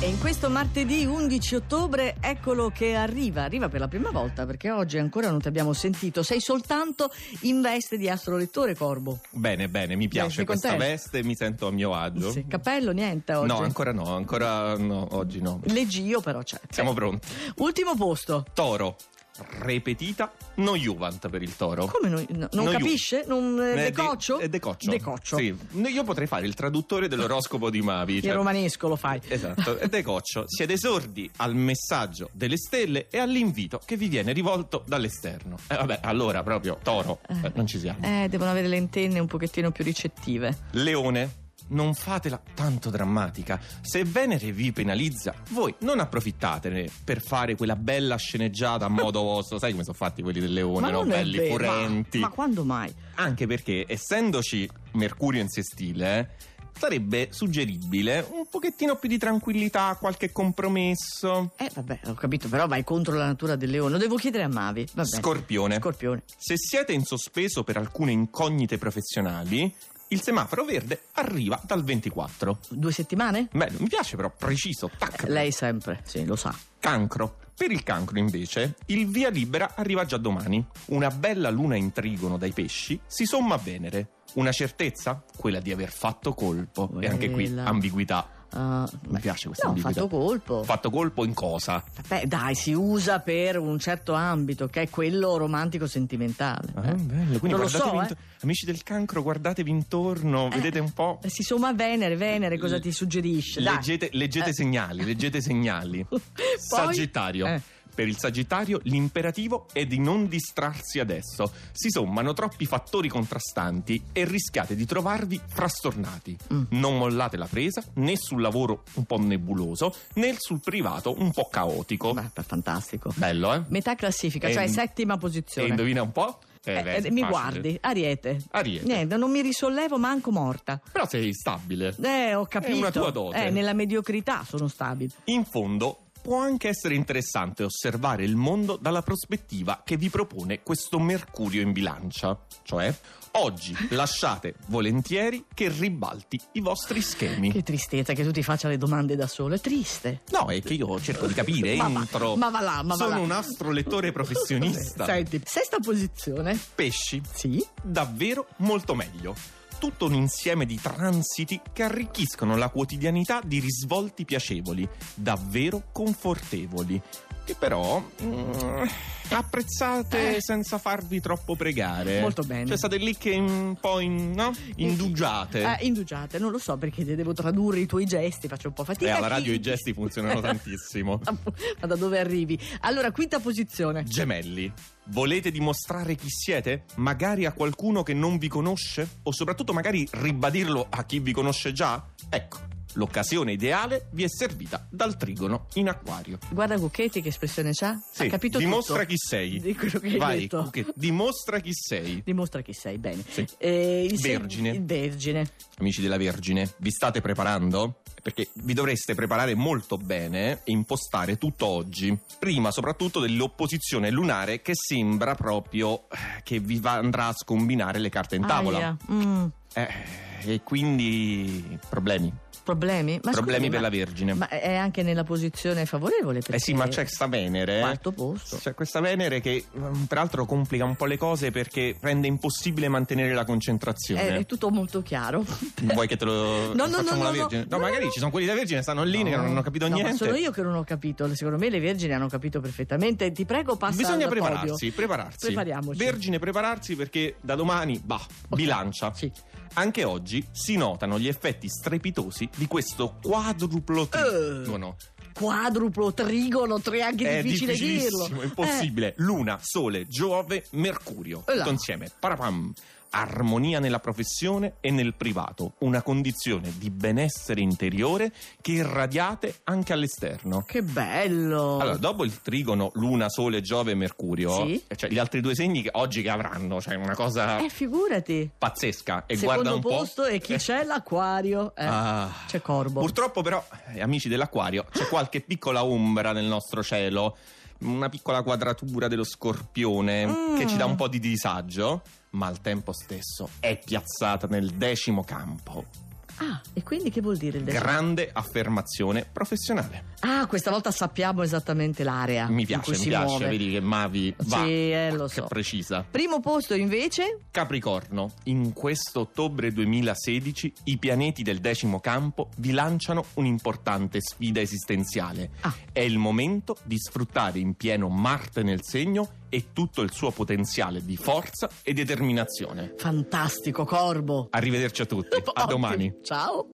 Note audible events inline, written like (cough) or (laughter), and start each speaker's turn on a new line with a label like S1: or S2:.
S1: E in questo martedì 11 ottobre eccolo che arriva, arriva per la prima volta perché oggi ancora non ti abbiamo sentito, sei soltanto in veste di astrolettore Corbo.
S2: Bene, bene, mi piace
S1: sei
S2: questa
S1: contento?
S2: veste, mi sento a mio agio.
S1: Sì, cappello niente oggi.
S2: No, ancora no, ancora no, oggi no.
S1: Legio però c'è.
S2: Siamo pronti.
S1: Ultimo posto.
S2: Toro, repetita, no Juvent per il toro.
S1: Come noi- no- non
S2: No, Oh. io-
S1: capisce? Non, eh,
S2: Eh,
S1: decoccio?
S2: De, eh, decoccio.
S1: Decoccio.
S2: Sì, No, io potrei fare il traduttore dell'oroscopo di Mavi.
S1: Il
S2: cioè-
S1: romanesco lo fai.
S2: Esatto, e decoccio. Siete sordi al messaggio delle stelle e all'invito che vi viene rivolto dall'esterno. Eh, vabbè, allora proprio toro, eh, non ci siamo.
S1: Eh, devono avere le antenne un pochettino più ricettive.
S2: Leone, non fatela tanto drammatica. Se Venere vi penalizza, voi non approfittatene per fare quella bella sceneggiata a modo vostro. Sai come sono fatti quelli del leone, no?
S1: non è
S2: Belli
S1: vero, ma-
S2: furenti.
S1: Ma, quando mai?
S2: Anche perché, essendoci Mercurio in sé stile, sarebbe suggeribile un pochettino più di tranquillità, qualche compromesso.
S1: Eh, vabbè, ho capito, però vai contro la natura del leone. Lo devo chiedere a Mavi. Vabbè.
S2: Scorpione.
S1: Scorpione.
S2: Se siete in sospeso per alcune incognite professionali, il semaforo verde arriva dal 24.
S1: Due settimane?
S2: Beh, mi piace però, preciso, tac.
S1: Eh, Lei sempre, sì, lo sa.
S2: Cancro. Per il cancro, invece, il via libera arriva già domani. Una bella luna in trigono dai pesci si somma a Venere. Una certezza? Quella di aver fatto colpo. E anche qui
S1: Quella.
S2: ambiguità.
S1: Ah,
S2: Mi piace questa
S1: No,
S2: ambiguità.
S1: fatto colpo.
S2: Fatto colpo in cosa?
S1: Vabbè, dai, si usa per un certo ambito, che è quello romantico-sentimentale. eh.
S2: Ah, bello. Quindi
S1: Non lo
S2: guardatevi
S1: so,
S2: int- eh. Amici del cancro, guardatevi intorno,
S1: Eh.
S2: vedete un po'.
S1: eh. Si somma a Venere, Venere cosa ti suggerisce? Dai.
S2: Oh. Leggete, leggete
S1: Eh.
S2: segnali, leggete segnali.
S1: (laughs) Poi-
S2: Sagittario.
S1: Eh.
S2: Per il Sagittario l'imperativo è di non distrarsi adesso. Si sommano troppi fattori contrastanti e rischiate di trovarvi frastornati.
S1: Mm.
S2: Non mollate la presa né sul lavoro un po' nebuloso né sul privato un po' caotico.
S1: Beh, beh, fantastico.
S2: Bello, eh?
S1: Metà classifica,
S2: E-
S1: cioè settima
S2: E
S1: posizione.
S2: indovina un po'? Eh,
S1: Eh,
S2: beh,
S1: eh, mi
S2: facile.
S1: guardi, Ariete.
S2: Ariete.
S1: Niente, non mi risollevo manco morta.
S2: Però sei stabile.
S1: Eh, ho capito.
S2: una tua dote.
S1: Eh, nella mediocrità sono stabile.
S2: In fondo, può anche essere interessante osservare il mondo dalla prospettiva che vi propone questo Mercurio in bilancia. Cioè, oggi lasciate volentieri che ribalti i vostri schemi.
S1: Che tristezza che tu ti faccia le domande da solo, è triste.
S2: No, è che io cerco di capire,
S1: Ma va-
S2: entro.
S1: ma va là, ma va
S2: Sono
S1: là.
S2: un astrolettore
S1: (laughs)
S2: professionista.
S1: Senti, sesta posizione.
S2: Pesci,
S1: Sì.
S2: davvero molto meglio. Tutto un insieme di transiti che arricchiscono la quotidianità di risvolti piacevoli, davvero confortevoli, che però mm, apprezzate
S1: Eh.
S2: senza farvi troppo pregare.
S1: Molto bene.
S2: Cioè state lì che un po' in, no? indugiate.
S1: Eh, indugiate, non lo so perché te devo tradurre i tuoi gesti, faccio un po' fatica.
S2: Eh, alla radio
S1: Chi-
S2: i gesti funzionano tantissimo.
S1: (laughs) Ma da dove arrivi? Allora, quinta posizione.
S2: Gemelli, volete dimostrare chi siete? Magari a qualcuno che non vi conosce? O soprattutto magari ribadirlo a chi vi conosce già? Ecco, l'occasione ideale vi è servita dal trigono in acquario.
S1: Guarda Cucchetti che espressione c'ha. ha capito
S2: dimostra
S1: tutto.
S2: chi sei.
S1: Di quello che hai
S2: Vai,
S1: detto.
S2: Cucchetti, dimostra chi sei.
S1: Dimostra chi sei, bene.
S2: Sì.
S1: Eh, il se-
S2: Vergine.
S1: il vergine.
S2: Amici della Vergine, vi state preparando? Perché vi dovreste preparare molto bene e impostare tutto oggi, prima soprattutto dell'opposizione lunare che sembra proprio eh, che vi va- andrà a scombinare le carte in tavola.
S1: Aia, mm,
S2: Eh, e quindi problemi,
S1: problemi? Ma
S2: problemi
S1: scusi,
S2: per
S1: ma-
S2: la Vergine.
S1: Ma è anche nella posizione favorevole perché
S2: eh sì, ma c'è sta Venere. eh.
S1: quarto posto.
S2: C'è questa Venere che mm, peraltro complica un po' le cose perché rende impossibile mantenere la
S1: Eh,
S2: concentrazione.
S1: È tutto molto chiaro.
S2: Vuoi che te lo
S1: Eh. No, no, no,
S2: facciamo la
S1: no,
S2: Vergine?
S1: no, no,
S2: magari
S1: no.
S2: ci sono quelli della Vergine, stanno lì che non hanno capito
S1: No, ma
S2: niente.
S1: sono io che non ho capito. Secondo me le vergini hanno capito perfettamente. Ti prego, passa
S2: Bisogna
S1: al
S2: prepararsi,
S1: podio.
S2: prepararsi.
S1: Prepariamoci.
S2: Vergine, prepararsi perché da domani, bah, bilancia.
S1: Sì.
S2: Anche oggi si notano gli effetti strepitosi di questo quadruplo
S1: Eh,
S2: trigono.
S1: Quadruplo, trigono, tre, anche
S2: è
S1: difficile
S2: difficilissimo,
S1: dirlo.
S2: impossibile. Luna, Sole, Giove, Mercurio.
S1: Eh là.
S2: Tutto insieme. Parapam. Armonia nella professione e nel privato, una condizione di benessere interiore che irradiate anche all'esterno.
S1: Eh, che bello.
S2: Allora, dopo il trigono Luna, Sole, Giove e Mercurio,
S1: Sì.
S2: cioè gli altri due segni che oggi che avranno, cioè una cosa
S1: eh, figurati.
S2: pazzesca. E guarda
S1: Secondo
S2: un
S1: posto
S2: po'.
S1: e chi
S2: Eh,
S1: c'è? L'acquario. Eh,
S2: ah.
S1: C'è Corbo.
S2: Purtroppo però, eh, amici dell'acquario, c'è qualche piccola ombra nel nostro cielo, una piccola quadratura dello scorpione
S1: Mm.
S2: che ci dà un po' di disagio, ma al tempo stesso è piazzata nel decimo campo.
S1: Ah, e quindi che vuol dire il decimo?
S2: Grande affermazione professionale.
S1: ah, questa volta sappiamo esattamente l'area.
S2: Mi
S1: Ah, in
S2: piace,
S1: cui
S2: mi
S1: si
S2: piace.
S1: muove.
S2: Vedi che Mavi va.
S1: Sì, eh, lo so.
S2: Che precisa.
S1: Primo posto invece?
S2: Capricorno, in quest'ottobre 2016 i pianeti del decimo campo vi lanciano un'importante sfida esistenziale.
S1: Ah.
S2: È il momento di sfruttare in pieno Marte nel segno e tutto il suo potenziale di forza e determinazione.
S1: Fantastico, Corbo.
S2: Arrivederci a tutti, a
S1: (laughs) Ottimo.
S2: domani.
S1: Ciao.